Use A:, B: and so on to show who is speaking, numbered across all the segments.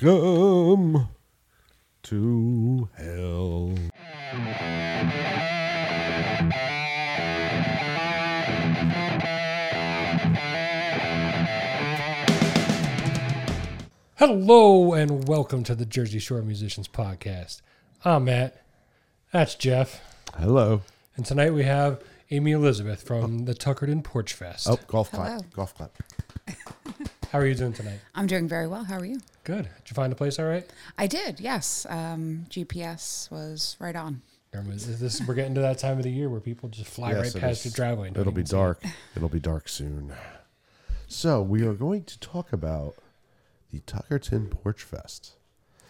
A: Welcome to hell.
B: Hello and welcome to the Jersey Shore Musicians Podcast. I'm Matt. That's Jeff.
A: Hello.
B: And tonight we have Amy Elizabeth from the Tuckerton Porch Fest.
A: Oh, golf clap.
C: Hello.
A: Golf clap.
B: How are you doing tonight?
C: I'm doing very well. How are you?
B: Good. Did you find a place all right?
C: I did, yes. Um, GPS was right on.
B: Remember, this, this- we're getting to that time of the year where people just fly
A: Yes, it
B: right past
A: is.
B: your driveway. and don't
A: It'll be
B: even see it.
A: dark. It'll be dark soon. So we are going to talk about the Tuckerton Porch Fest.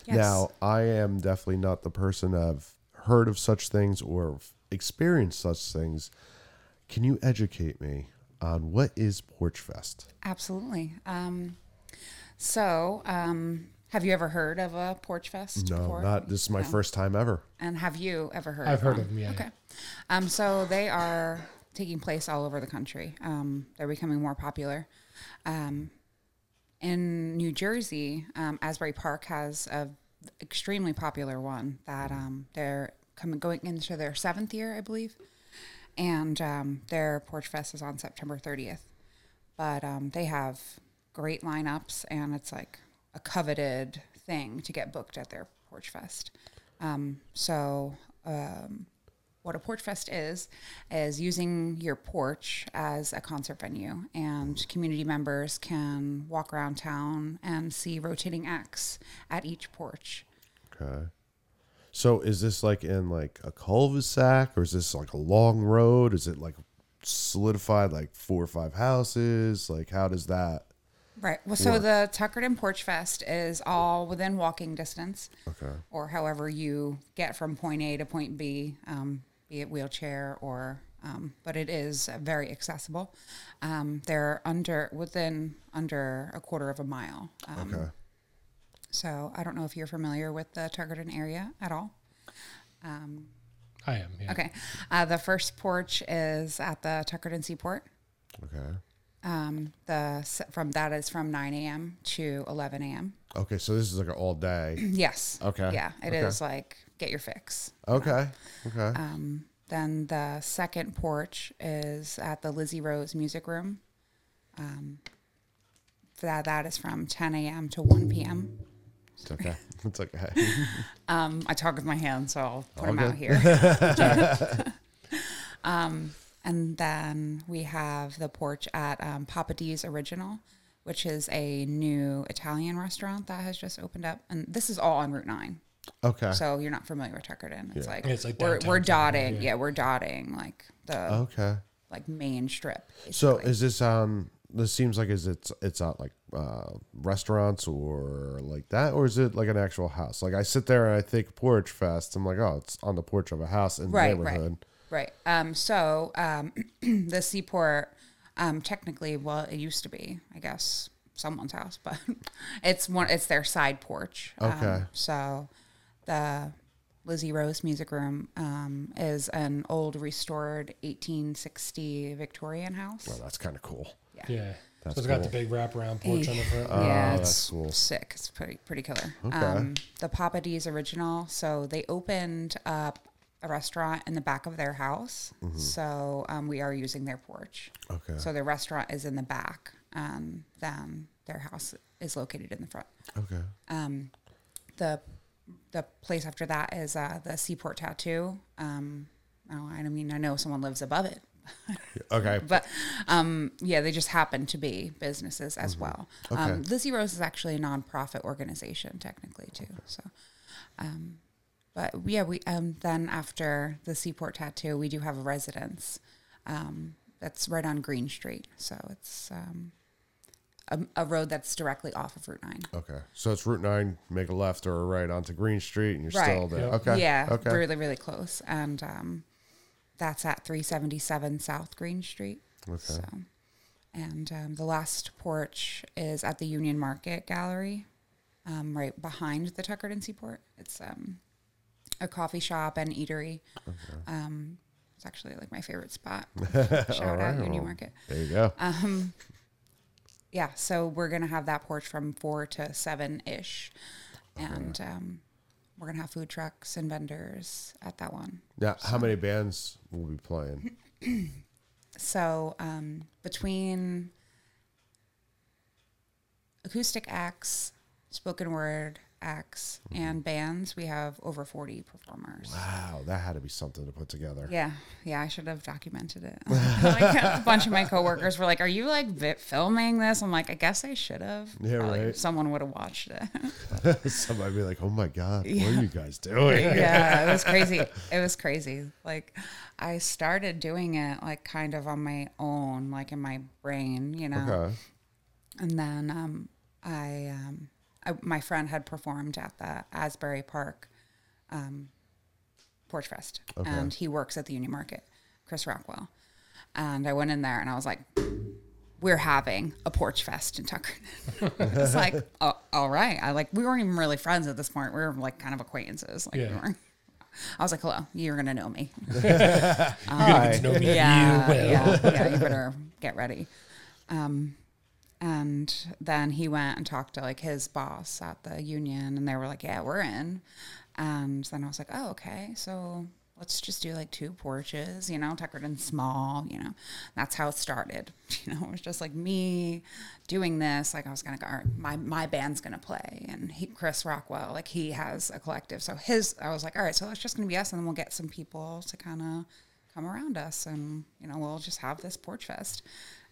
C: Yes.
A: Now, I am definitely not the person I've heard of such things or experienced such things. Can you educate me on what is Porch Fest?
C: Absolutely. Um, so, um, have you ever heard of a porch fest?
A: No,
C: before?
A: not this is my
C: No.
A: first time ever.
C: And have you ever heard?
B: I've
C: of
B: heard
C: one?
B: of them, yeah.
C: Okay. Um, so they are taking place all over the country. Um, they're becoming more popular. Um, in New Jersey, um, Asbury Park has a extremely popular one that um, they're coming going into their seventh year, I believe, and um, their Porch Fest is on September 30th. But um, they have great lineups, and it's like a coveted thing to get booked at their Porch Fest. Um, so, um, what a porch fest is, is using your porch as a concert venue, and community members can walk around town and see rotating acts at each porch.
A: Okay. So is this like in like a cul-de-sac or is this like a long road? Is it like solidified like four or five houses? Like how does that
C: Right. Well, so the Tuckerton Porch Fest is all within walking distance,
A: Okay.
C: or however you get from point A to point B, um, be it wheelchair or. Um, but it is very accessible. Um, they're under within under a quarter of a mile. Um,
A: Okay.
C: So I don't know if you're familiar with the Tuckerton area at all.
B: I am. Yeah.
C: Okay. Uh, the first porch is at the Tuckerton Seaport.
A: Okay.
C: Um, the s- from that is from 9 a.m. to 11 a.m.
A: Okay, so this is like an all day.
C: Yes.
A: Okay.
C: Yeah, it is
A: Okay.
C: like get your fix.
A: Okay. Okay.
C: Um, then the second porch is at the Lizzie Rose Music Room. Um, that that is from 10 a.m. to 1 p.m.
A: It's okay. It's okay.
C: Um, I talk with my hands, so I'll put
A: All
C: them out
A: good.
C: here. um, and then we have the porch at um, Papa D's Original, which is a new Italian restaurant that has just opened up. And this is all on Route 9.
A: Okay.
C: So you're not familiar with Tuckerton. It's like,
B: Yeah, it's like
C: we're,
B: downtown
C: we're
B: Tuckerton,
C: dotting.
B: yeah.
C: Yeah. we're dotting like the
A: okay.
C: like main strip.
A: So
C: basically.
A: is this on this seems like is it's it's not like uh restaurants or like that or is it like an actual house? Like I sit there and I think porch fest. I'm like, "Oh, it's on the porch of a house in the
C: Right, right.
A: neighborhood."
C: Right. Um, so um, the seaport, um, technically, well, it used to be, I guess, someone's house, but it's one. It's their side porch.
A: Okay.
C: Um, so the Lizzie Rose Music Room um, is an old, restored 1860 Victorian house.
A: Well, that's kind of cool.
B: Yeah.
A: That's
B: so it's got
A: cool. Uh,
B: the big wraparound porch on the front.
C: yeah,
A: Oh, that's
C: it's
A: cool.
C: sick. It's pretty pretty killer.
A: Okay.
C: Um, the Papa D's original. So they opened up a restaurant in the back of their house. So um, we are using their porch.
A: Mm-hmm. Okay.
C: So the restaurant is in the back. Um, then their house is located in the front.
A: Okay.
C: Um, the the place after that is uh, the Seaport Tattoo. Um, oh, I mean, I know someone lives above it,
A: Okay.
C: but um, yeah, they just happen to be businesses as well. Um,
A: Okay.
C: Lizzie Rose is actually a nonprofit organization, technically too. So, um, but yeah, we um, then after the Seaport Tattoo, we do have a residence um, that's right on Green Street. So it's um, a, a road that's directly off of Route Nine.
A: Okay. So it's Route 9, make a left or a right onto Green Street, and you're
C: Right.
A: still there.
B: Yep.
A: Okay.
C: Yeah,
A: Okay.
C: really, really close, and um, that's at three seventy seven South Green Street.
A: Okay.
C: So, and um, the last porch is at the Union Market Gallery, um, right behind the Tuckerton Seaport. It's um, a coffee shop and eatery. Um, it's Um, actually like my favorite spot. Shout out Union Market.
A: There you go.
C: yeah, so we're gonna have that porch from four to seven ish, and um, we're gonna have food trucks and vendors at that one.
A: Now, how many bands will be playing?
C: So um, between acoustic acts, spoken word acts, and bands, we have over forty performers.
A: Mm-hmm. Wow, that had to be something to put together.
C: Yeah, yeah, I should have documented it. Like, a bunch of my coworkers were like, "Are you like vi- filming this?" I'm like, "I guess I should have."
A: Yeah,
C: Probably
A: right.
C: Someone would have watched it.
A: Somebody be like, "Oh my god, what are you guys doing?"
C: yeah, it was crazy. It was crazy. Like, I started doing it like kind of on my own, like in my brain, you know.
A: Okay.
C: And then um, I, um, I, my friend had performed at the Asbury Park um, Porch Fest, and he works at the Union Market, Chris Rockwell. And I went in there and I was like, we're having a porch fest in Tucker. it's like, oh, all right. I like, we weren't even really friends at this point. We were like kind of acquaintances. Like, we
B: Yeah.
C: weren't- I was like, hello, you're going to know me.
B: Get to know me
C: Yeah,
B: you will.
C: yeah, yeah. You better get ready. Um, and then he went and talked to like his boss at the union, and they were like, "Yeah, we're in." And then I was like, "Oh, okay. So let's just do like two porches, you know, Tuckered and small, you know." That's how it started. You know, it was just like me doing this. Like I was gonna go, all right, my my band's gonna play, and he, Chris Rockwell, like he has a collective, so his. I was like, "All right, so it's just gonna be us, and then we'll get some people to kind of." come around us and you know we'll just have this porch fest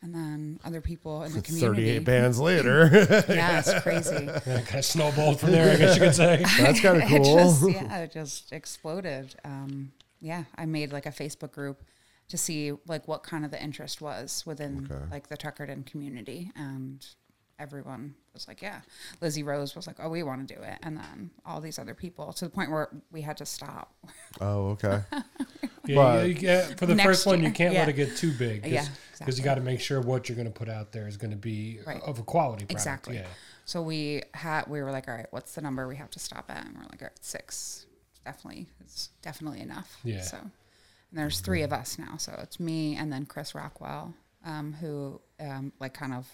C: and then other people in the community
A: Thirty-eight bands later,
C: yeah it's crazy
B: Yeah, kind of snowballed from there, I guess you could say.
A: that's kind of
C: it
A: cool.
C: just yeah it just exploded um, yeah i made like a facebook group to see like what kind of the interest was within like the tuckerton community and everyone was like yeah lizzie rose was like oh we want to do it and then all these other people to the point where we had to stop
A: Oh, okay.
B: Yeah,
A: But-
B: you, you, yeah, for the
C: Next
B: first one, you
C: year,
B: can't let
C: yeah.
B: it get too big. Cause,
C: Yeah,
B: 'cause you
C: exactly.
B: got to make sure what you're going to put out there is going to be
C: Right.
B: of a quality product.
C: Exactly.
B: Yeah.
C: So we had we were like, all right, what's the number we have to stop at? And we're like, all right, six. Definitely, it's definitely enough.
B: Yeah. Mm-hmm.
C: So, and there's three of us now. So it's me and then Chris Rockwell, um, who um, like kind of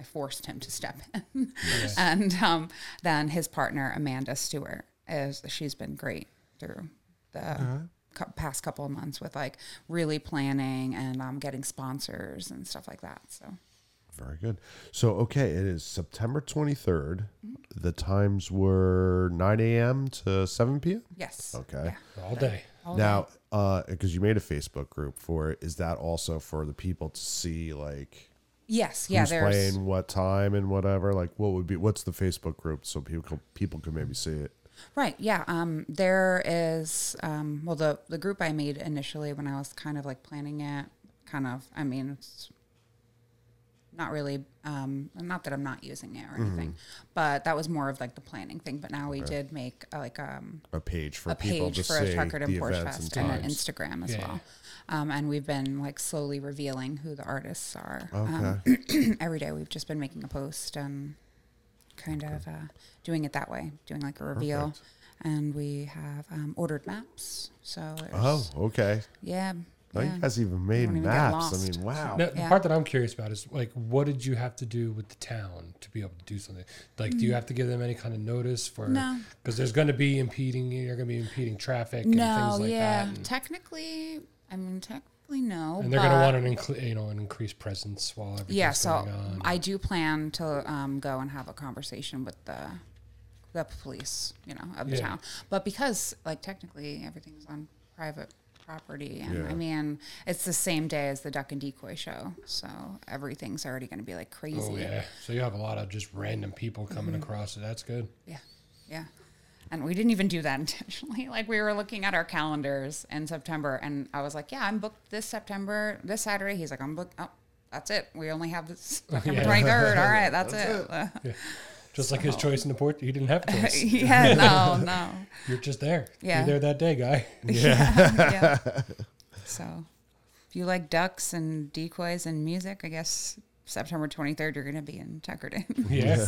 C: I forced him to step in, and um, then his partner Amanda Stewart is she's been great through the
B: Uh-huh.
C: cou- past couple of months with like really planning and um, getting sponsors and stuff like that. So
A: Very good. So, okay, it is September 23rd.
C: Mm-hmm.
A: The times were 9 a.m. to 7 p.m.
C: yes.
A: Okay.
C: Yeah.
B: All day.
C: All
A: Now, because you made a Facebook group for it, is that also for the people to see, like,
C: Yes, yeah,
A: who's
C: there's
A: playing what time and whatever? Like, what would be, what's the Facebook group so people, could- people could maybe see it?
C: right, yeah. Um, there is um, well, the the group I made initially when I was kind of like planning it, kind of. I mean, it's not really, um, not that I'm not using it or
A: Mm-hmm.
C: anything, but that was more of like the planning thing. But now we did make uh, like um,
A: A page for
C: a
A: people
C: page
A: to
C: for
A: see
C: a Tuckered and
A: the
C: Porch
A: events
C: Fest
A: and
C: and, an
A: times.
C: Instagram as
B: Yeah.
C: well. Um, and we've been like slowly revealing who the artists are. Um,
A: okay.
C: every day we've just been making a post and kind of uh, doing it that way, doing like a reveal.
A: Perfect.
C: And we have um, ordered maps. So there's,
A: Oh, okay.
C: yeah,
A: Now
C: yeah.
A: you guys even made
C: don't even get
A: maps. I
C: lost.
A: mean, wow.
B: Now, the
C: Yeah.
B: part that I'm curious about is like, what did you have to do with the town to be able to do something? Like, do you have to give them any kind of notice for?
C: Mm. No.
B: Because there's going to be impeding. You're going to be impeding traffic and
C: no,
B: things like
C: yeah.
B: that. And,
C: Technically, I mean, technically no.
B: and they're going to
C: but-
B: want an incl- you know an increased presence while everything's
C: yeah. So
B: going on.
C: I do plan to um, go and have a conversation with the the police, you know, of the
B: Yeah.
C: town. But because like technically everything's on private property and
A: Yeah.
C: I mean it's the same day as the duck and decoy show. So everything's already gonna be like crazy.
B: Oh yeah. So you have a lot of just random people coming
C: Mm-hmm.
B: across. So that's good.
C: Yeah. Yeah. And we didn't even do that intentionally. Like we were looking at our calendars in September and I was like, Yeah, I'm booked this September, this Saturday. He's like, I'm booked oh, that's it. We only have this September
B: Yeah.
C: twenty third. All right, that's, it.
B: Just like his choice in the port, he didn't have a choice.
C: yeah, no, no.
B: You're just there.
C: Yeah.
B: You're there that day, guy.
C: Yeah. yeah. So if you like ducks and decoys and music, I guess September 23rd, you're going to be in Tuckerton.
B: Yeah.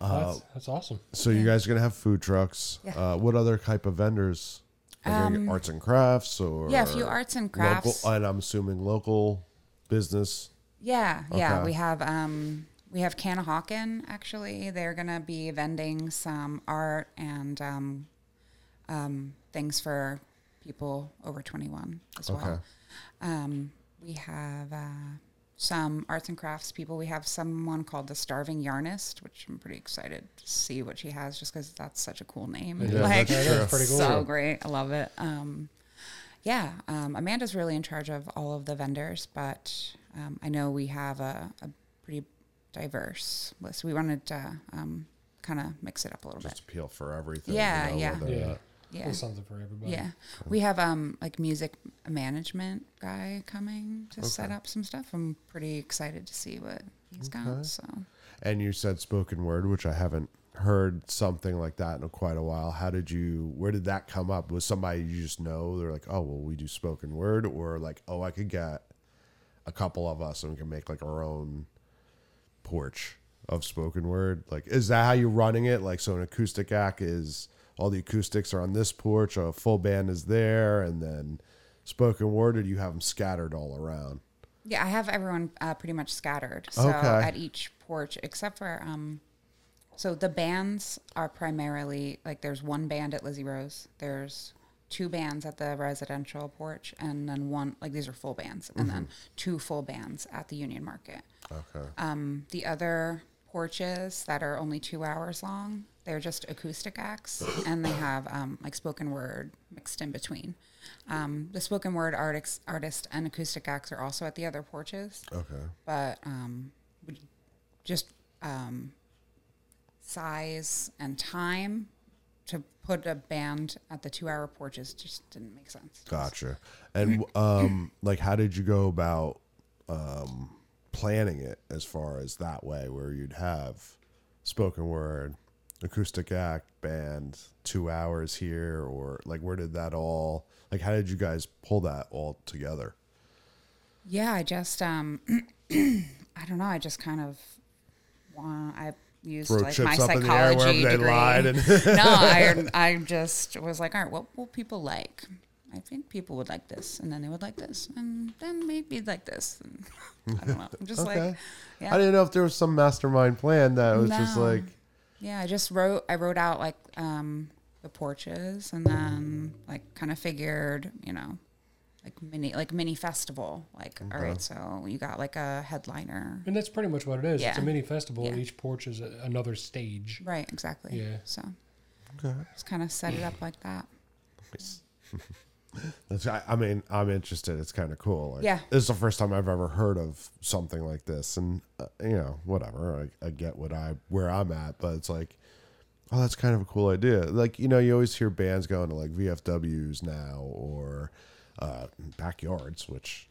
B: that's, that's awesome.
A: So you guys are gonna have food trucks.
C: Yeah. Um,
A: Uh, what other type of vendors? Like are you gonna get arts and crafts or
C: yeah, a few arts and crafts.
A: Local, and I'm assuming local business.
C: Yeah, yeah.
A: Okay.
C: We have um we have Canahawken actually. They're gonna be vending some art and um, um things for people over twenty one as
A: Okay.
C: well. Um, we have uh, some arts and crafts people. We have someone called the Starving Yarnist, which I'm pretty excited to see what she has, just because that's such a cool name.
B: Yeah,
C: like,
A: that's
B: true. pretty cool.
C: So
B: True.
C: great, I love it. Um, yeah, um, Amanda's really in charge of all of the vendors, but um, I know we have a, a pretty diverse list. We wanted to um, kind of mix it up a little
A: Just appeal for everything.
C: Yeah, yeah.
A: whether-
B: Yeah.
C: bit. Yeah.
B: There's something for everybody.
C: Yeah, we have um like music management guy coming to set up some stuff. I'm pretty excited to see what he's got. So
A: And you said spoken word, which I haven't heard something like that in quite a while. How did you? Where did that come up? Was somebody you just know? They're like, oh, well, we do spoken word, or like, oh, I could get a couple of us and we can make like our own porch of spoken word. Like, is that how you're running it? Like, so an acoustic act is all the acoustics are on this porch, a full band is there, and then spoken word, or do you have them scattered all around?
C: yeah, I have everyone uh, pretty much scattered. So
A: Okay.
C: at each porch, except for um, so the bands are primarily like there's one band at Lizzie Rose. There's two bands at the residential porch, and then one like these are full bands, and then two full bands at the Union Market.
A: Okay.
C: Um, the other porches that are only two hours long, they're just acoustic acts, and they have um, like spoken word mixed in between. Um, the spoken word artists, artist and acoustic acts are also at the other porches,
A: Okay.
C: but um, we just um, size and time to put a band at the two-hour porches just didn't make sense.
A: Gotcha. And um, like, how did you go about um, planning it as far as that way, where you'd have spoken word, acoustic act, band, two hours here, or like, where did that all? Like, how did you guys pull that all together?
C: Yeah, I just um, I don't know. I just kind of want. I used
A: Throw
C: like
A: chips
C: my
A: up in the air
C: psychology
A: wherever they
C: degree.
A: lied and-
C: no, I I just was like, all right, what will people like? I think people would like this, and then they would like this, and then maybe like this. And I don't know. I'm just like,
A: Okay.
C: yeah.
A: I didn't know if there was some mastermind plan that was just
C: No.
A: like,
C: Yeah, I just wrote. I wrote out like um, the porches, and then like kind of figured, you know, like mini, like mini festival. Like, all right, so you got like a headliner,
B: And that's pretty much what it is. It's a
C: Yeah.
B: mini festival, and
C: Yeah.
B: each porch is a, another stage.
C: right? Exactly.
B: Yeah.
C: So
A: okay.
C: just kind of set it up like that.
A: That's, I, I mean, I'm interested. It's kind of cool. Like,
C: Yeah.
A: This is the first time I've ever heard of something like this. And, uh, you know, whatever. I, I get what I, where I'm at, but it's like, oh, that's kind of a cool idea. Like, you know, you always hear bands going to like VFWs now or uh, backyards, which,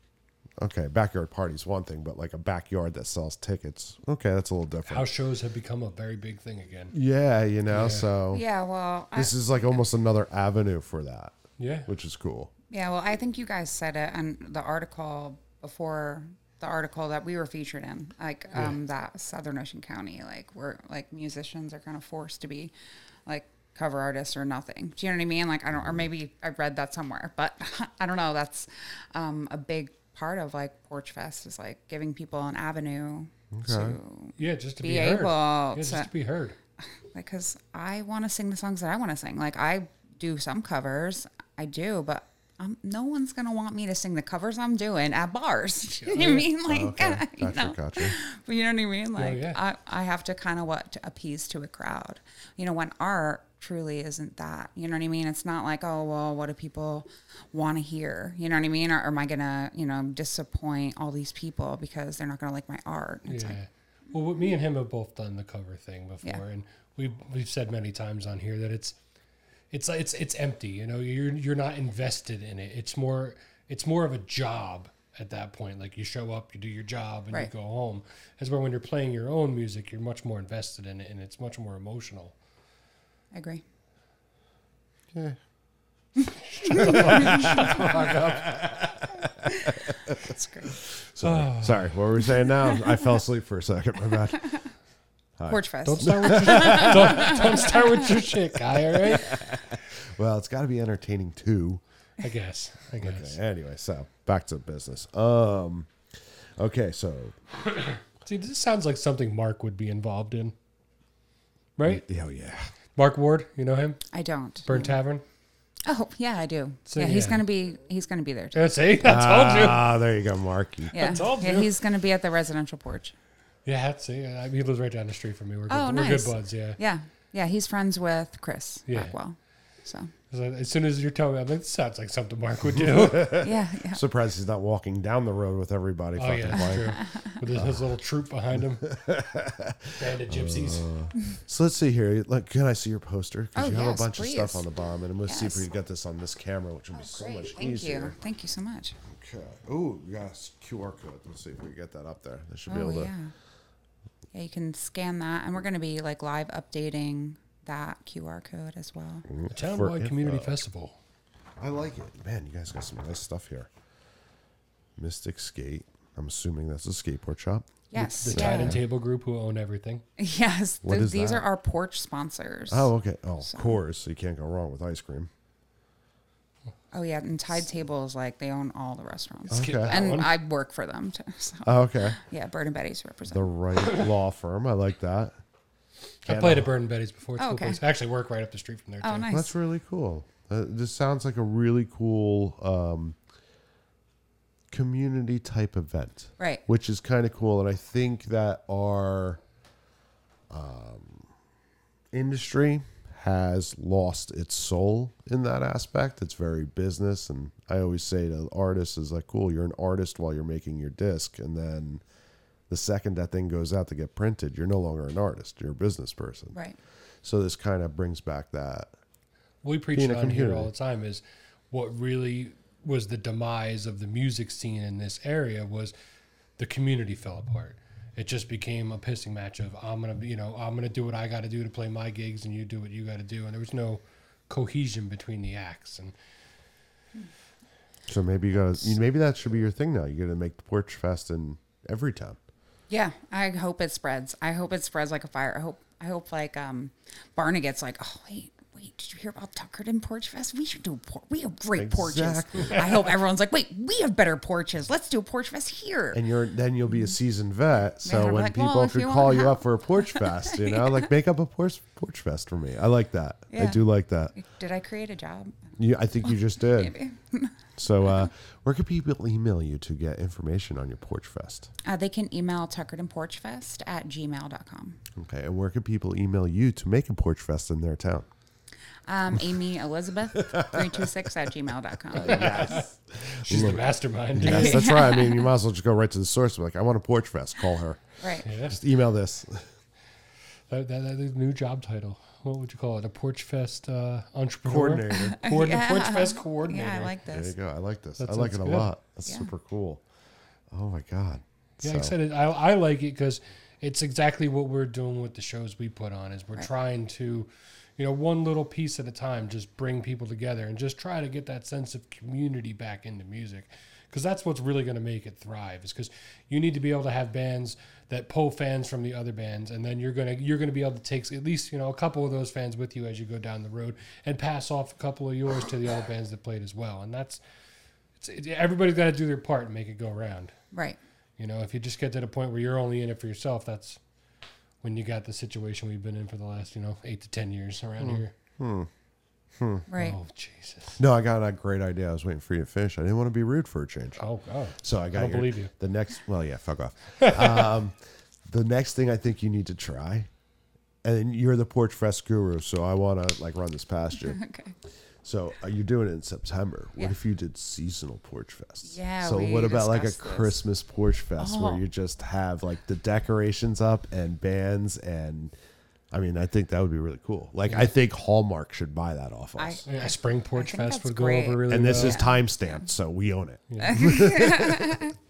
A: okay, backyard parties, one thing, but like a backyard that sells tickets. Okay, that's a little different.
B: House shows have become a very big thing again.
A: yeah, you know, so
C: Yeah. Well. I,
A: this is like almost another avenue for that,
B: Yeah.
A: which is cool.
C: yeah. Well, I think you guys said it on the article before the article that we were featured in, like um, that Southern Ocean County, like we're like musicians are kind of forced to be, like cover artists or nothing. Do you know what I mean? Like I don't, or maybe I read that somewhere, but I don't know. That's um, a big part of like Porch Fest is like giving people an avenue to
B: Yeah, just to be,
C: Be
B: heard.
C: able
B: yeah,
C: to-
B: just to be heard.
C: like because i want to sing the songs that i want to sing like i do some covers i do but um, no one's gonna want me to sing the covers i'm doing at bars you know what i mean like
A: Oh, Okay,
C: you
A: gotcha,
C: know
A: gotcha.
C: but you know what I mean? Like
B: yeah.
C: I, I have to kind of what to appease to a crowd. You know, when art truly isn't that. You know what I mean? It's not like, oh well, what do people want to hear? You know what I mean? Or, or am I gonna, you know, disappoint all these people because they're not gonna like my art? It's
B: yeah.
C: like,
B: well, what- me and him have both done the cover thing before,
C: Yeah.
B: and we've we've said many times on here that it's it's it's it's empty. You know, you're you're not invested in it. It's more it's more of a job at that point. Like you show up, you do your job, and you
C: Right.
B: go home. As where when you're playing your own music, you're much more invested in it, and it's much more emotional.
C: I agree.
A: Yeah.
C: That's great.
A: Sorry.
C: Ah.
A: Sorry. What were we saying now? I fell asleep for a second. My bad.
C: Porch Fest.
B: Don't start with your, don't, don't start with your shit, guy. All right.
A: Well, it's got to be entertaining too.
B: I guess. I guess.
A: Anyway, so back to business. Um, Okay, so
B: See, this sounds like something Mark would be involved in. Right?
A: oh yeah,
B: Mark Ward, you know him?
C: I don't.
B: Burn Tavern.
C: Oh yeah, I do.
B: So,
C: yeah, he's
B: yeah.
C: gonna be he's gonna be there. Too.
B: Yeah, see, I told you.
A: Ah, there you go, Marky.
C: Yeah,
B: told
C: yeah,
B: you.
C: he's gonna be at the residential porch.
B: Yeah, see, I mean, uh, he lives right down the street from me. We're good,
C: Oh,
B: we're
C: nice.
B: good buds, yeah.
C: Yeah, yeah, he's friends with Chris
B: Yeah.
C: Blackwell. So
B: 'Cause I- As soon as you're telling me, I'm like, this sounds like something Mark would do.
C: yeah, yeah.
A: Surprised he's not walking down the road with everybody.
B: oh,
A: fucking
B: yeah,
A: playing.
B: that's true. With his, his little troop behind him. Band of gypsies.
A: Uh, So let's see here. Like, can I see your poster? Because
C: Oh,
A: you have
C: yes,
A: a bunch of
C: please.
A: stuff on the bottom, and I'm gonna see if
C: Yes. Oh,
A: we can get this on this camera, which will be so much
C: Thank you.
A: easier.
C: Thank you so much.
A: Okay. Oh, we got a s- QR code. Let's see if we can get that up there. They should be
C: Oh
A: able to.
C: yeah, yeah. You can scan that, and we're gonna be like live updating that QR code as well.
A: Mm-hmm.
B: The Townwide
A: For
B: Community
A: info.
B: Festival.
A: I like it, man. You guys got some nice stuff here. Mystic Skate. I'm assuming that's a skateboard shop.
C: Yes,
B: The Tide
C: yeah.
B: and Table Group, who own everything.
C: yes.
A: What
C: th-
A: is
C: these
A: that?
C: are our porch sponsors.
A: Oh, okay. Oh, of course. you can't go wrong with ice cream.
C: Oh, yeah, and Tide Table is like they own all the restaurants,
B: Skip that
C: and
B: one.
C: I work for them. Too, so
A: Oh, okay.
C: yeah, Bird and Betty's represent. Oh,
A: The right law firm. I like that.
B: I played at Burn Betty's before. It's a
C: Oh,
B: cool
C: okay.
B: place. I actually work right up the street from there.
C: oh,
B: too.
C: nice.
A: That's really cool. Uh, this sounds like a really cool um, community type event,
C: right.
A: which is kind of cool. And I think that our um, industry has lost its soul in that aspect. It's very business. And I always say to artists, is like, cool, you're an artist while you're making your disc. And then the second that thing goes out to get printed, you're no longer an artist, you're a business person.
C: Right.
A: So this kind of brings back that.
B: we preach
A: Being a
B: on here
A: community.
B: all the time is what really was the demise of the music scene in this area was the community fell apart. It just became a pissing match of I'm gonna you know I'm gonna do what I got to do to play my gigs and you do what you got to do and there was no cohesion between the acts and
A: So maybe you gotta you- maybe that should be your thing now. You gotta make the porch fest in every town.
C: Yeah, I hope it spreads. I hope it spreads like a fire. I hope. I hope like um, Barna gets like, oh wait, wait, did you hear about Tuckerton Porch Fest? We should do a por- we have great porches. I hope everyone's like, wait, we have better porches. Let's do a porch fest here.
A: And you're then you'll be a seasoned vet. So
C: Mm. They're
A: when
C: like,
A: people
C: "Well, if
A: could
C: you
A: call
C: want
A: you
C: help."
A: up for a porch fest, you know, like make up a porch porch fest for me. I like that. I
C: Yeah.
A: do like that.
C: Did I create a job?
A: You, I think you just did.
C: Maybe.
A: So uh, where can people email you to get information on your porch fest?
C: Uh, they can email tuckertonporchfest at gmail.com.
A: Okay. And where can people email you to make a porch fest in their town?
C: Um, Amy Elizabeth 326 at gmail.com.
B: she's the mastermind.
A: Yes, that's right. I mean, you might as well just go right to the source. Be like, I want a porch fest. Call her.
C: Right.
A: Just email this.
B: That, that, that is the new job title. What would you call it? A porch fest uh, entrepreneur
A: Coordinator.
B: Coordin- Porch
C: Yeah.
B: fest coordinator.
C: Yeah, I like
A: There you
C: this.
A: go. I like this.
B: That
A: I like it a
B: sounds good.
A: lot. That's
C: Yeah.
A: super cool. Oh my god.
B: Yeah,
A: So,
B: like I said it. I, I like it because it's exactly what we're doing with the shows we put on. Is we're trying to, you know, one little piece at a time, just bring people together and just try to get that sense of community back into music, because that's what's really going to make it thrive. Is because you need to be able to have bands that pull fans from the other bands, and then you're gonna you're gonna be able to take at least you know a couple of those fans with you as you go down the road and pass off a couple of yours to the other bands that played as well. And that's it's, it, everybody's got to do their part and make it go around.
C: Right.
B: You know, if you just get to the point where you're only in it for yourself, that's when you got the situation we've been in for the last, you know, eight to ten years around here.
C: Mm-hmm. Right.
B: Oh Jesus!
A: No, I got a great idea. I was waiting for you to finish. I didn't want to be rude for a change.
B: Oh God!
A: So I got
B: don't
A: your-
B: believe you.
A: The next, well, yeah, fuck off. um, the next thing I think you need to try, and you're the porch fest guru, so I want to like run this past you.
C: Okay.
A: So uh, you're doing it in September. What
C: Yeah.
A: if you did seasonal porch fests?
C: Yeah,
A: So
C: we
A: what about like a
C: discussed this.
A: Christmas porch fest where
C: Oh.
A: you just have like the decorations up and bands and I mean I think that would be really cool. Like I think Hallmark should buy that off
C: I-
A: us.
B: Yeah, spring porch
C: think
B: fest
C: that's
B: would go
C: great.
B: over really
A: and this
B: well.
A: is time stamped, so we own it.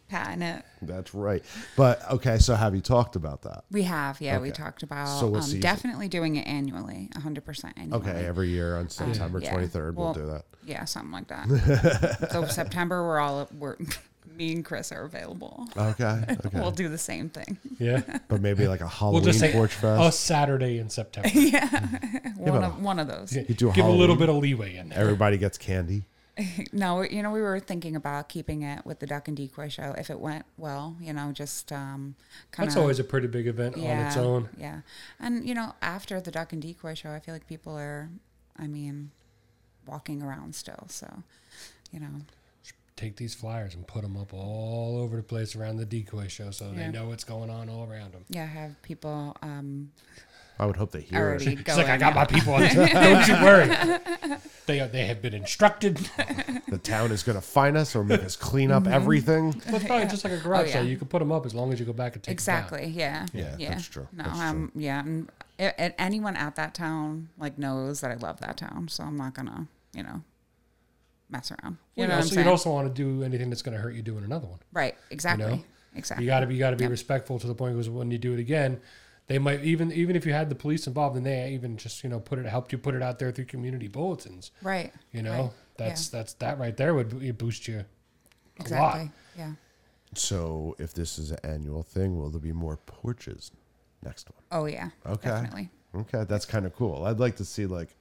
C: Patent it.
A: That's right. But okay, so have you talked about that?
C: We have. Yeah, we
A: Okay.
C: talked about
A: So we'll see
C: um,
A: if-
C: definitely doing it annually, 100% annually.
A: Okay, every year
B: Uh,
A: on September
C: yeah.
A: 23rd we'll,
C: Well-
A: do that.
C: Yeah, something like that. so September, we're all, we're, me and Chris are available.
A: Okay, okay.
C: We'll do the same thing.
B: yeah.
A: but maybe like a
B: We'll
A: Halloween
B: just say oh,
A: porch fest.
B: a Saturday in September.
C: One
A: but-
C: of, one of those.
A: You do a
B: Give a little
A: Halloween.
B: bit of leeway in there.
A: Everybody gets candy.
C: no, you know, we were thinking about keeping it with the Duck and Decoy show if it went well, you know, just um, kind
B: That's always a pretty big event on its own.
C: Yeah. And, you know, after the Duck and Decoy show, I feel like people are, I mean, walking around still. So, you know,
B: Take these flyers and put them up all over the place around the decoy show so
C: Yeah.
B: they know what's going on all around them.
C: yeah, have people um,
A: I would hope they hear
C: already
A: it.
C: going.
B: It's like, I got my people. On Don't you worry. They, are- they have been instructed.
A: The town is going to fine us or make us clean
B: Mm-hmm.
A: up everything.
B: Well, it's probably just like a garage
C: yeah.
B: sale. You can put them up as long as you go back and take 'em down.
C: Exactly. Yeah.
A: Yeah, that's true.
C: No,
A: That's true.
C: um, yeah, and a- a- anyone at that town like knows that I love that town, so I'm not gonna, you know, mess around. You
B: Well,
C: know
B: yeah,
C: what I'm
B: so you
C: saying?
B: don't also want to do anything that's going to hurt you doing another one.
C: right? Exactly.
B: You
C: Exactly.
B: got to be, you got to be respectful to the point because when you do it again, they might even, even if you had the police involved, and they even just you know put it helped you put it out there through community bulletins.
C: right.
B: You know,
C: Right.
B: that's that's that right there would bo- boost you.
C: yeah,
B: lot.
C: exactly. Yeah.
A: So if this is an annual thing, will there be more porches next one?
C: Oh yeah.
A: Okay.
C: Definitely.
A: Okay, that's kind of cool. I'd like to see like,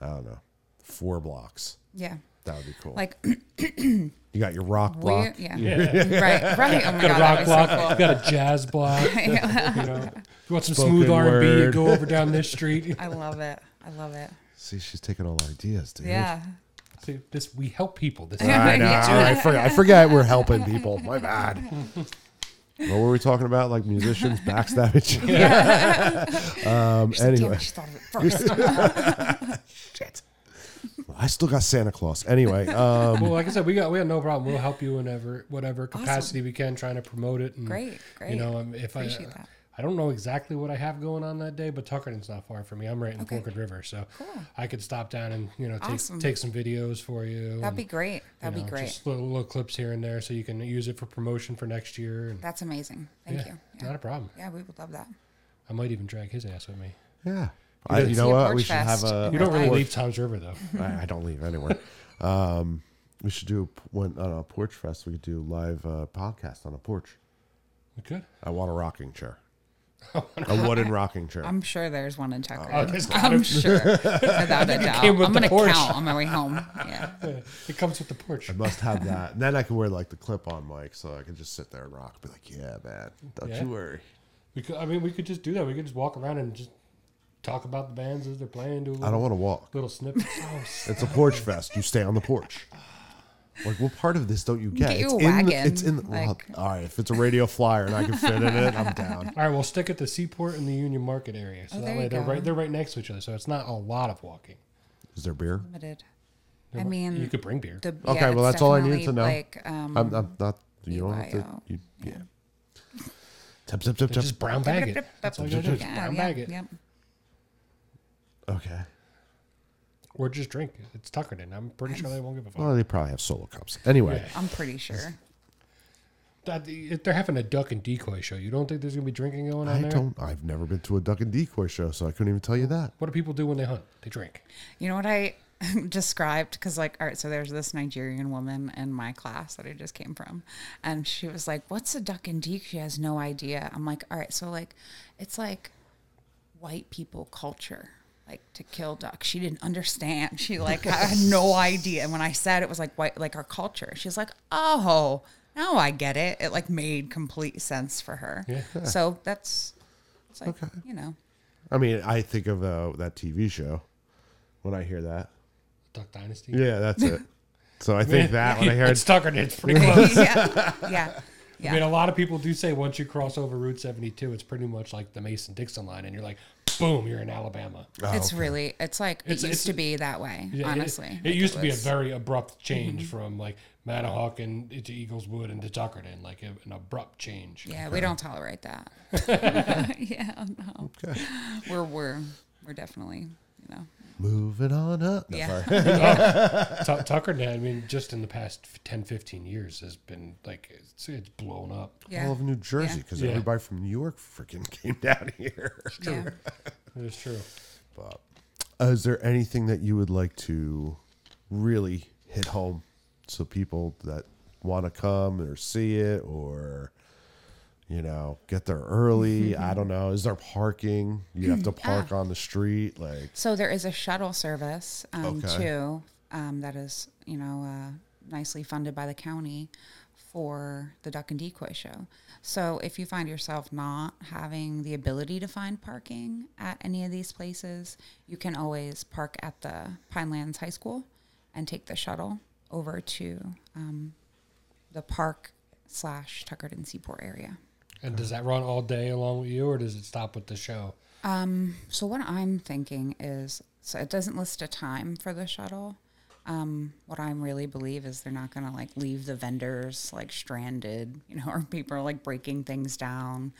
A: I don't know, four blocks.
C: Yeah.
A: That would be cool.
C: Like
A: you got your rock
C: we.
A: block.
C: Yeah. Right. Right. Oh my
B: Got
C: god.
B: a rock
C: That
B: block,
C: was so cool.
B: got a jazz block. you know, if you want some smooth
A: Spoken
B: R and B, you
A: word.
B: go over down this street.
C: I love it. I love it.
A: See, she's taking all ideas, dude.
C: Yeah.
B: See, this we help people. This
A: All right,
C: Yeah.
A: all right, I, forget, I forget we're helping people. My bad. what were we talking about? Like musicians backstab each other. um,
C: Damn,
A: anyway,
C: it, she thought of it first.
A: I still got Santa Claus. Anyway, um,
B: well, like I said, we got we got no problem. We'll help you whenever whatever capacity we can, trying to promote it. And,
C: Great, great.
B: You know, um, if
C: Appreciate
B: I
C: that.
B: I don't know exactly what I have going on that day, but Tuckerton's not far from me. I'm right in Forked River, so I could stop down and you know take
C: Awesome.
B: take some videos for you.
C: That'd be great. That'd be great.
B: Just little, little clips here and there, so you can use it for promotion for next year. And
C: That's amazing. Thank you.
B: yeah, not a problem.
C: Yeah, we would love that.
B: I might even drag his ass with me.
A: yeah. I,
C: See
A: you know
C: a
A: what?
C: porch
A: We should
C: fest.
A: have a.
B: You don't really
C: Right.
B: leave Tom's River though.
A: I, I don't leave anywhere. Um, we should do a, when on a porch fest. We could do live uh, podcast on a porch.
B: We could.
A: I want a rocking chair. a wooden rocking chair.
C: I'm sure there's one in Tucker.
B: Oh, there's gotta
C: I'm sure, without a doubt.
B: came with
C: I'm
B: the
C: gonna
B: Porsche.
C: count on my way home. Yeah,
B: It comes with the porch.
A: I must have that. And then I can wear like the clip on mic so I can just sit there and rock. Be like, yeah, man. Don't
B: Yeah.
A: you worry.
B: We could, I mean, we could just do that. We could just walk around and just talk about the bands as they're playing. Do a
A: I
B: little,
A: don't want to walk.
B: little snippets. Oh, s-
A: It's a porch fest. You stay on the porch. Like, what part of this don't you get?
C: Get you
A: it's,
C: a
A: in the,
C: wagon,
A: it's in the. well,
C: like-
A: all right, if it's a radio flyer and I can fit in it, I'm down.
B: all right, we'll stick at the Seaport and the Union Market area. So
C: Oh,
B: that
C: there you
B: way they're
C: go.
B: right, they're right next to each other. So it's not a lot of walking.
A: Is there beer?
C: limited.
B: There
C: I
B: might-
C: mean,
B: you could bring beer.
C: The,
A: Okay,
C: yeah,
A: well,
C: it's
A: that's all I needed to
C: definitely
A: know.
C: Like, um,
A: I'm, I'm not. You don't have to.
C: BYO.
A: You, yeah. Tip, tip, tip, tip.
B: just brown bag it. That's all you gotta do. Just
C: yeah,
B: brown
C: yeah,
B: bag it,
C: yep.
A: Okay.
B: or just drink. it. It's tuckered in. I'm pretty sure they won't give a fuck.
A: Well, they probably have solo cups. Anyway.
B: Yeah.
C: I'm pretty sure.
B: That, if they're having a duck and decoy show. You don't think there's gonna be drinking going on
A: I
B: there?
A: don't. I've never been to a duck and decoy show, so I couldn't even tell you that.
B: What do people do when they hunt? They drink.
C: You know what I described? Because, like, all right, so there's this Nigerian woman in my class that I just came from. And she was like, What's a duck and deek? She has no idea. I'm like, All right, so, like, it's like white people culture. Like to kill ducks. She didn't understand. She like had no idea. And when I said it was like white, like our culture, she's like, "Oh, now I get it." It like made complete sense for her.
B: Yeah.
C: So that's, it's like you know,
A: I mean, I think of uh, that TV show when I hear that.
B: Duck Dynasty.
A: Yeah, that's it. So I think that when I heard
B: it's tuckered. in, It's pretty close.
C: yeah, yeah, yeah.
B: I mean, a lot of people do say once you cross over Route 72, it's pretty much like the Mason Dixon line, and you're like, boom, you're in Alabama.
C: It's really, it's like,
B: Oh, It's-
C: it used
B: it's-
C: to be that way,
B: Yeah, it-
C: honestly. Mm-hmm.
B: It,
C: Like,
B: used to be a
C: was-
B: very abrupt change from like Manahawk and to Eagleswood and to Tuckerton, like a- an abrupt change.
C: Yeah, we don't tolerate that. yeah, no.
A: Okay.
C: We're, we're, we're definitely, you know.
A: moving on up. No,
C: Yeah.
A: sorry.
B: Tu- Tuckerton, I mean, just in the past f- 10, 15 years has been like, it's, it's blown up.
C: Yeah.
A: all of New Jersey because
B: Yeah.
A: everybody from New York freaking came down here.
C: yeah.
B: It's true.
A: But uh, is there anything that you would like to really hit home so people that want to come or see it or you know get there early? I don't know. Is there
C: Ah.
A: parking? You have to park on the street, like
C: So there is a shuttle service um,
A: Okay.
C: too um, that is, you know, uh, nicely funded by the county for the Duck and Decoy Show. So if you find yourself not having the ability to find parking at any of these places, you can always park at the Pinelands High School and take the shuttle over to um, the park slash Tuckerton Seaport area.
B: And does that run all day along with you, or does it stop with the show?
C: Um, so what I'm thinking is, so it doesn't list a time for the shuttle. Um, what I really believe is they're not going to like leave the vendors like stranded, you know, or people like breaking things down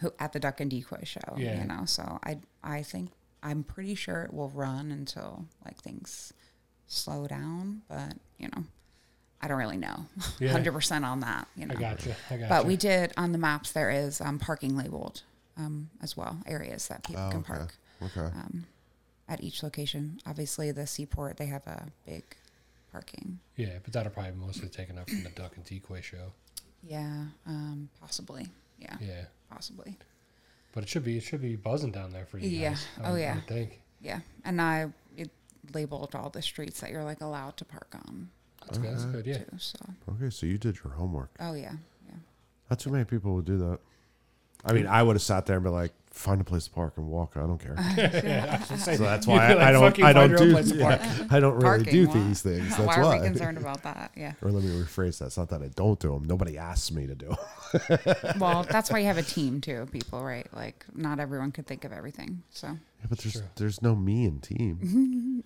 C: who, at the Duck and Decoy show,
B: Yeah.
C: you know. So I, I think I'm pretty sure it will run until like things slow down, but you know, I don't really know,
B: Yeah.
C: hundred percent on that, you know.
B: I gotcha. I gotcha.
C: But we did on the maps. There is um, parking labeled um, as well, areas that people
A: Oh,
C: can
A: okay.
C: park
A: Okay.
C: at each location. Obviously, the seaport they have a big parking.
B: yeah, but that'll probably mostly taken up from the Duck and Decoy show.
C: Yeah, um, possibly. Yeah,
B: Yeah,
C: possibly.
B: but it should be it should be buzzing down there for you
C: Yeah.
B: guys. I
C: Oh,
B: would- I
C: yeah.
B: would think
C: Yeah, and I it labeled all the streets that you're like allowed to park on
B: that's good. That's
C: Uh-huh.
B: good. Yeah,
C: too. So,
A: Okay. So you did your homework.
C: oh yeah, yeah.
A: Not too many people would do that. I mean, I would have sat there and been like, find a place to park and walk. I don't care. So that's why
B: You'd be
A: I, I
B: like, "Fuck
A: don't.
B: you,
A: I
B: find
A: don't
B: your own
A: do.
B: place to
A: yeah, I don't really
C: parking.
A: do
C: why-
A: these things. That's
C: why are we
A: why.
C: concerned about that? Yeah.
A: Or let me rephrase that. It's not that I don't do them. Nobody asks me to do 'em.
C: Well, that's why you have a team too, of people, right? Like, not everyone could think of everything. So,
A: Yeah, but there's
B: Sure.
A: there's no me in team.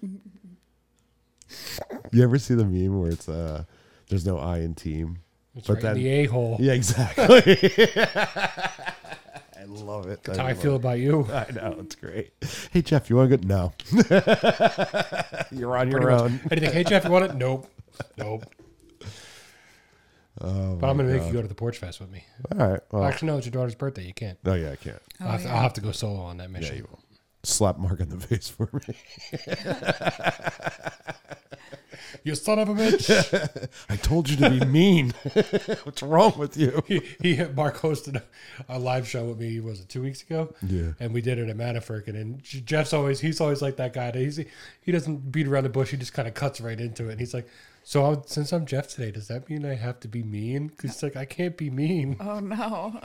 A: you ever see the meme where it's uh there's no I in team?
B: it's
A: But
B: right in
A: then-
B: the a hole.
A: Yeah, exactly. I love it.
B: That's how I feel about you.
A: I know it's great. Hey Jeff, you want to go? No, you're on your
B: Pretty
A: own.
B: much. Anything? Hey Jeff, you want it? Nope. Nope.
A: Oh
B: but I'm gonna make you go to the porch fest with me.
A: All right. Well,
B: Actually, no, it's your daughter's birthday. You can't.
A: no, yeah, I can't.
C: oh,
B: I'll, have to,
C: yeah.
B: I'll have to go solo on that mission.
A: you Slap Mark in the face for me.
B: You son of a bitch!
A: I told you to be mean. What's wrong with you?
B: he, he Mark hosted a, a live show with me. Was it two weeks ago?
A: Yeah.
B: And we did it at Manafurkin. And J- Jeff's always he's always like that guy. That he's, he doesn't beat around the bush. He just kind of cuts right into it. And he's like, "So I'm, since I'm Jeff today, does that mean I have to be mean?" 'Cause he's like, "I can't be mean."
C: Oh no.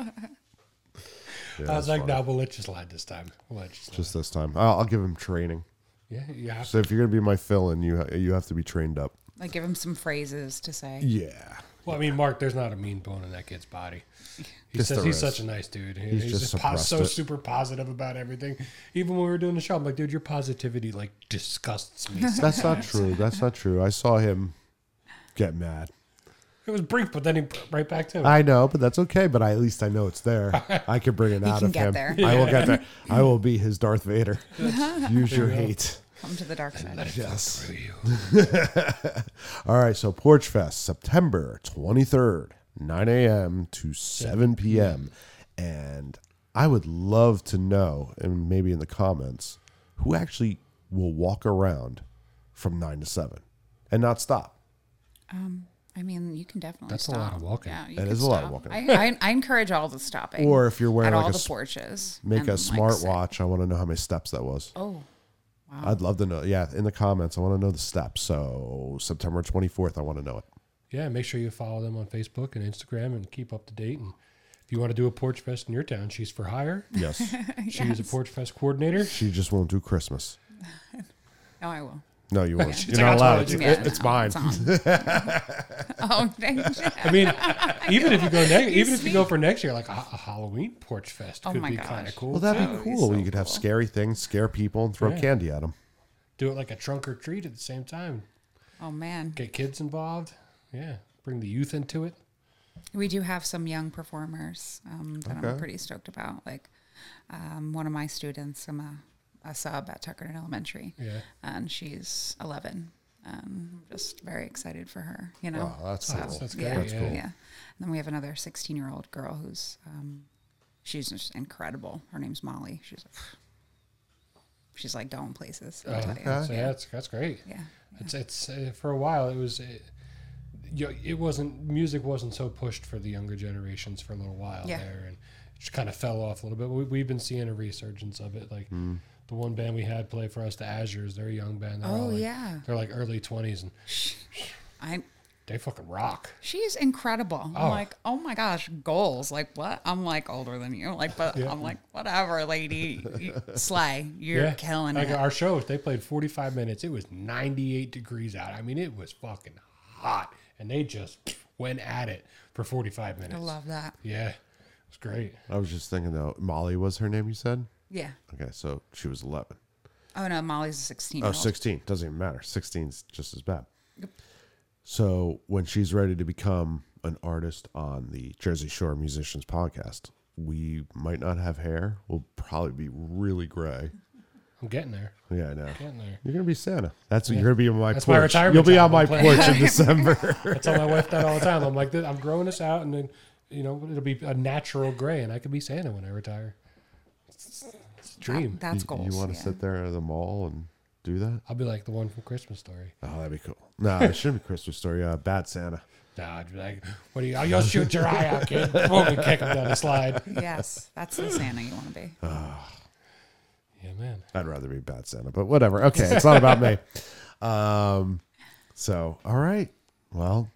B: I was like, "No, we'll let you slide this time. We'll let you slide."
A: Just this time, I'll, I'll give him training.
B: yeah, you have
A: So if you're gonna be my fill-in, you ha- you have to be trained up.
C: Like, give him some phrases to say.
A: Yeah.
B: Well, I mean, Mark, there's not a mean bone in that kid's body. He
A: Yes,
B: says
A: there
B: he's
A: is.
B: such a nice dude. He's,
A: just
B: just po-
A: suppressed
B: so
A: it.
B: super positive about everything. Even when we were doing the show, I'm like, dude, your positivity like disgusts me. it
A: That's not true. That's not true. I saw him get mad.
B: was brief, but then he put right back to it.
A: I know, but that's okay. But I, at least I know it's there. I can bring it out
C: can
A: of
C: get
A: him.
C: there.
A: I will get there. I will be his Darth Vader. Use your hate.
C: Come to the dark side.
A: Yes.
B: Screw you.
A: All right. So Porch Fest, September 23rd, 9 a.m. to 7 p.m. And I would love to know, and maybe in the comments, who actually will walk around from 9 to 7 and not stop.
C: Um, I mean, you can definitely.
B: That's a
C: stop.
B: lot of walking.
C: Yeah, you
A: That
C: can
A: is a lot of
C: stop.
A: walking.
C: I, I, I encourage all the stopping.
A: Or if you're wearing
C: at
A: like
C: all
A: a
C: the
A: s-
C: porches.
A: Make
C: and,
A: a
C: like,
A: smartwatch.
C: say-
A: I want to know how many steps that was.
C: Oh,
A: I'd love to know. Yeah, in the comments, I want to know the steps. So September 24th, I want to know it.
B: Yeah, make sure you follow them on Facebook and Instagram and keep up to date. And if you want to do a porch fest in your town, she's for hire.
A: Yes.
B: She's a porch fest coordinator.
A: she just won't do Christmas.
C: no, Oh, I will.
A: No, you won't. You're
B: like,
A: not
B: "I
A: allowed.
B: told
A: It's,
B: you."
A: it-
C: Yeah,
A: it's
C: no,
A: mine.
C: It's on. oh, thank you.
B: I mean, even if you go ne- even if you go for next year, like a, a Halloween porch fest
C: Oh
B: could
C: my
B: be
C: gosh.
B: kind of cool.
A: Well, that'd
C: That
A: be
C: would be
A: cool.
C: Oh, so
A: you could have
C: cool.
A: scary things, scare people, and throw
B: Yeah.
A: candy at them.
B: do it like a trunk or treat at the same time.
C: Oh man,
B: get kids involved. Yeah, bring the youth into it.
C: we do have some young performers um, that I'm
A: Okay.
C: pretty stoked about. Like um, one of my students, I'm a, a sub at Tuckerton Elementary,
B: Yeah,
C: and she's 11. Um, I'm just very excited for her. You know,
A: Wow, that's
B: Oh,
A: cool.
B: that's
C: yeah,
B: great.
C: yeah.
B: yeah.
C: And then we have another 16 year old girl who's, um, she's just incredible. Her name's Molly. She's, she's like going places.
A: Oh,
C: I'll tell you.
B: Uh, So yeah, that's that's great.
C: Yeah.
B: It's it's uh, for a while it was. It, you know, it wasn't music wasn't so pushed for the younger generations for a little while
C: Yeah.
B: there, and which kind of fell off a little bit. We, we've been seeing a resurgence of it. Like the one band we had play for us, the Azures, they're a young band. They're all
C: Oh,
B: like,
C: yeah.
B: They're like early 20s and
C: I
B: they fucking rock.
C: she's incredible.
B: Oh.
C: I'm like, oh my gosh, goals. Like what? I'm like older than you. Like, but I'm like, whatever, lady. You- Slay. You're killing
B: like
C: it.
B: Our shows, they played 45 minutes. It was 98 degrees out. I mean, it was fucking hot. And they just went at it for 45 minutes.
C: I love that.
B: Yeah. It was great.
A: I was just thinking though, Molly was her name. You said
C: Yeah.
A: okay, so she was eleven.
C: Oh no, Molly's a 16 year
A: Oh,
C: old.
A: 16. Doesn't even matter. 16's just as bad. So when she's ready to become an artist on the Jersey Shore Musicians podcast, we might not have hair. We'll probably be really gray.
B: I'm getting there.
A: Yeah, I know.
B: Getting there.
A: You're gonna be Santa. That's you're gonna be on my
B: That's my
A: porch.
B: retirement
A: You'll be
B: job.
A: on my
B: I'm planning.
A: porch in December.
B: I tell my wife that all the time. I'm like, I'm growing this out, and then you know it'll be a natural gray, and I could be Santa when I retire. It's a dream.
C: That- that's
A: you,
C: goals.
A: want to
C: yeah.
A: sit there at the mall and do that?
B: I'll be like the one from Christmas Story.
A: Oh, that'd be cool. No, it shouldn't be Christmas story. Uh, bad Santa.
B: Nah, I'd be like, what do you? I'll shoot your eye out, kid. Won't we kick him down the slide?
C: Yes, that's the Santa you want to be.
A: Uh,
B: Yeah, man.
A: I'd rather be bad Santa, but whatever. Okay, it's not about me. Um, so all right. Well,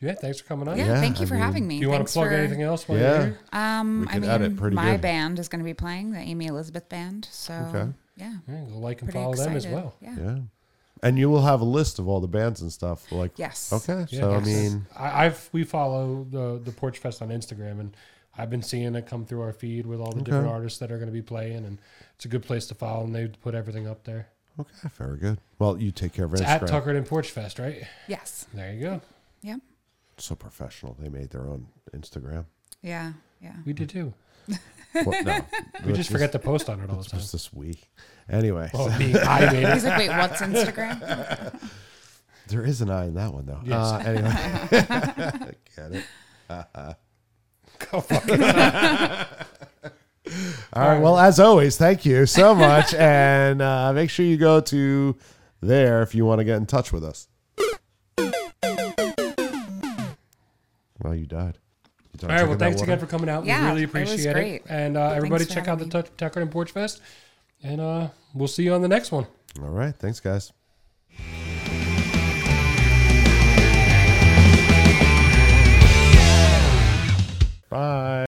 B: Yeah, thanks for coming on.
C: Yeah,
A: Yeah,
C: thank you
A: I
C: for
A: mean-
C: having me.
B: Do you want
C: Thanks
B: to plug
C: for-
B: anything else? While
A: Yeah.
B: You're here?
C: Um,
A: We
C: I
A: could
C: mean,
A: edit pretty
C: my
A: good.
C: band is going to be playing the Amy Elizabeth Band, so
A: Okay.
C: yeah,
B: Yeah, go like and
C: pretty
B: follow
C: excited.
B: them as well.
C: Yeah.
A: yeah, and you will have a list of all the bands and stuff. Like
C: Yes.
A: okay.
B: Yeah,
A: so I
B: yes.
A: mean,
B: I, I've we follow the the Porch Fest on Instagram, and I've been seeing it come through our feed with all the different artists that are going to be playing, and it's a good place to follow, and they put everything up there.
A: okay, very good. Well, you take care of
B: It's
A: Instagram.
B: at Tuckered and Porch Fest, right?
C: Yes.
B: There you go.
C: Yep.
A: so professional. They made their own Instagram.
C: Yeah. Yeah.
B: We did too.
A: What? No,
B: We just forget to post Oh, on it all the time.
A: Just this week. Anyway,
B: Well, me, I made it.
C: He's like, wait, what's Instagram?
A: there is an eye in that one though.
B: Yes.
A: Uh, anyway, get it.
B: Go fuck it.
A: All right. Well, as always, thank you so much, and uh, make sure you go to there if you want to get in touch with us. Well, you died. You
B: All right. Well, thanks again for coming out.
C: Yeah,
B: we really
C: it was
B: appreciate it.
C: great.
B: And uh, everybody,
C: for
B: check out the
C: having
B: Tuck- Tuckered and Porch Fest, and uh, we'll see you on the next one.
A: All right. Thanks, guys.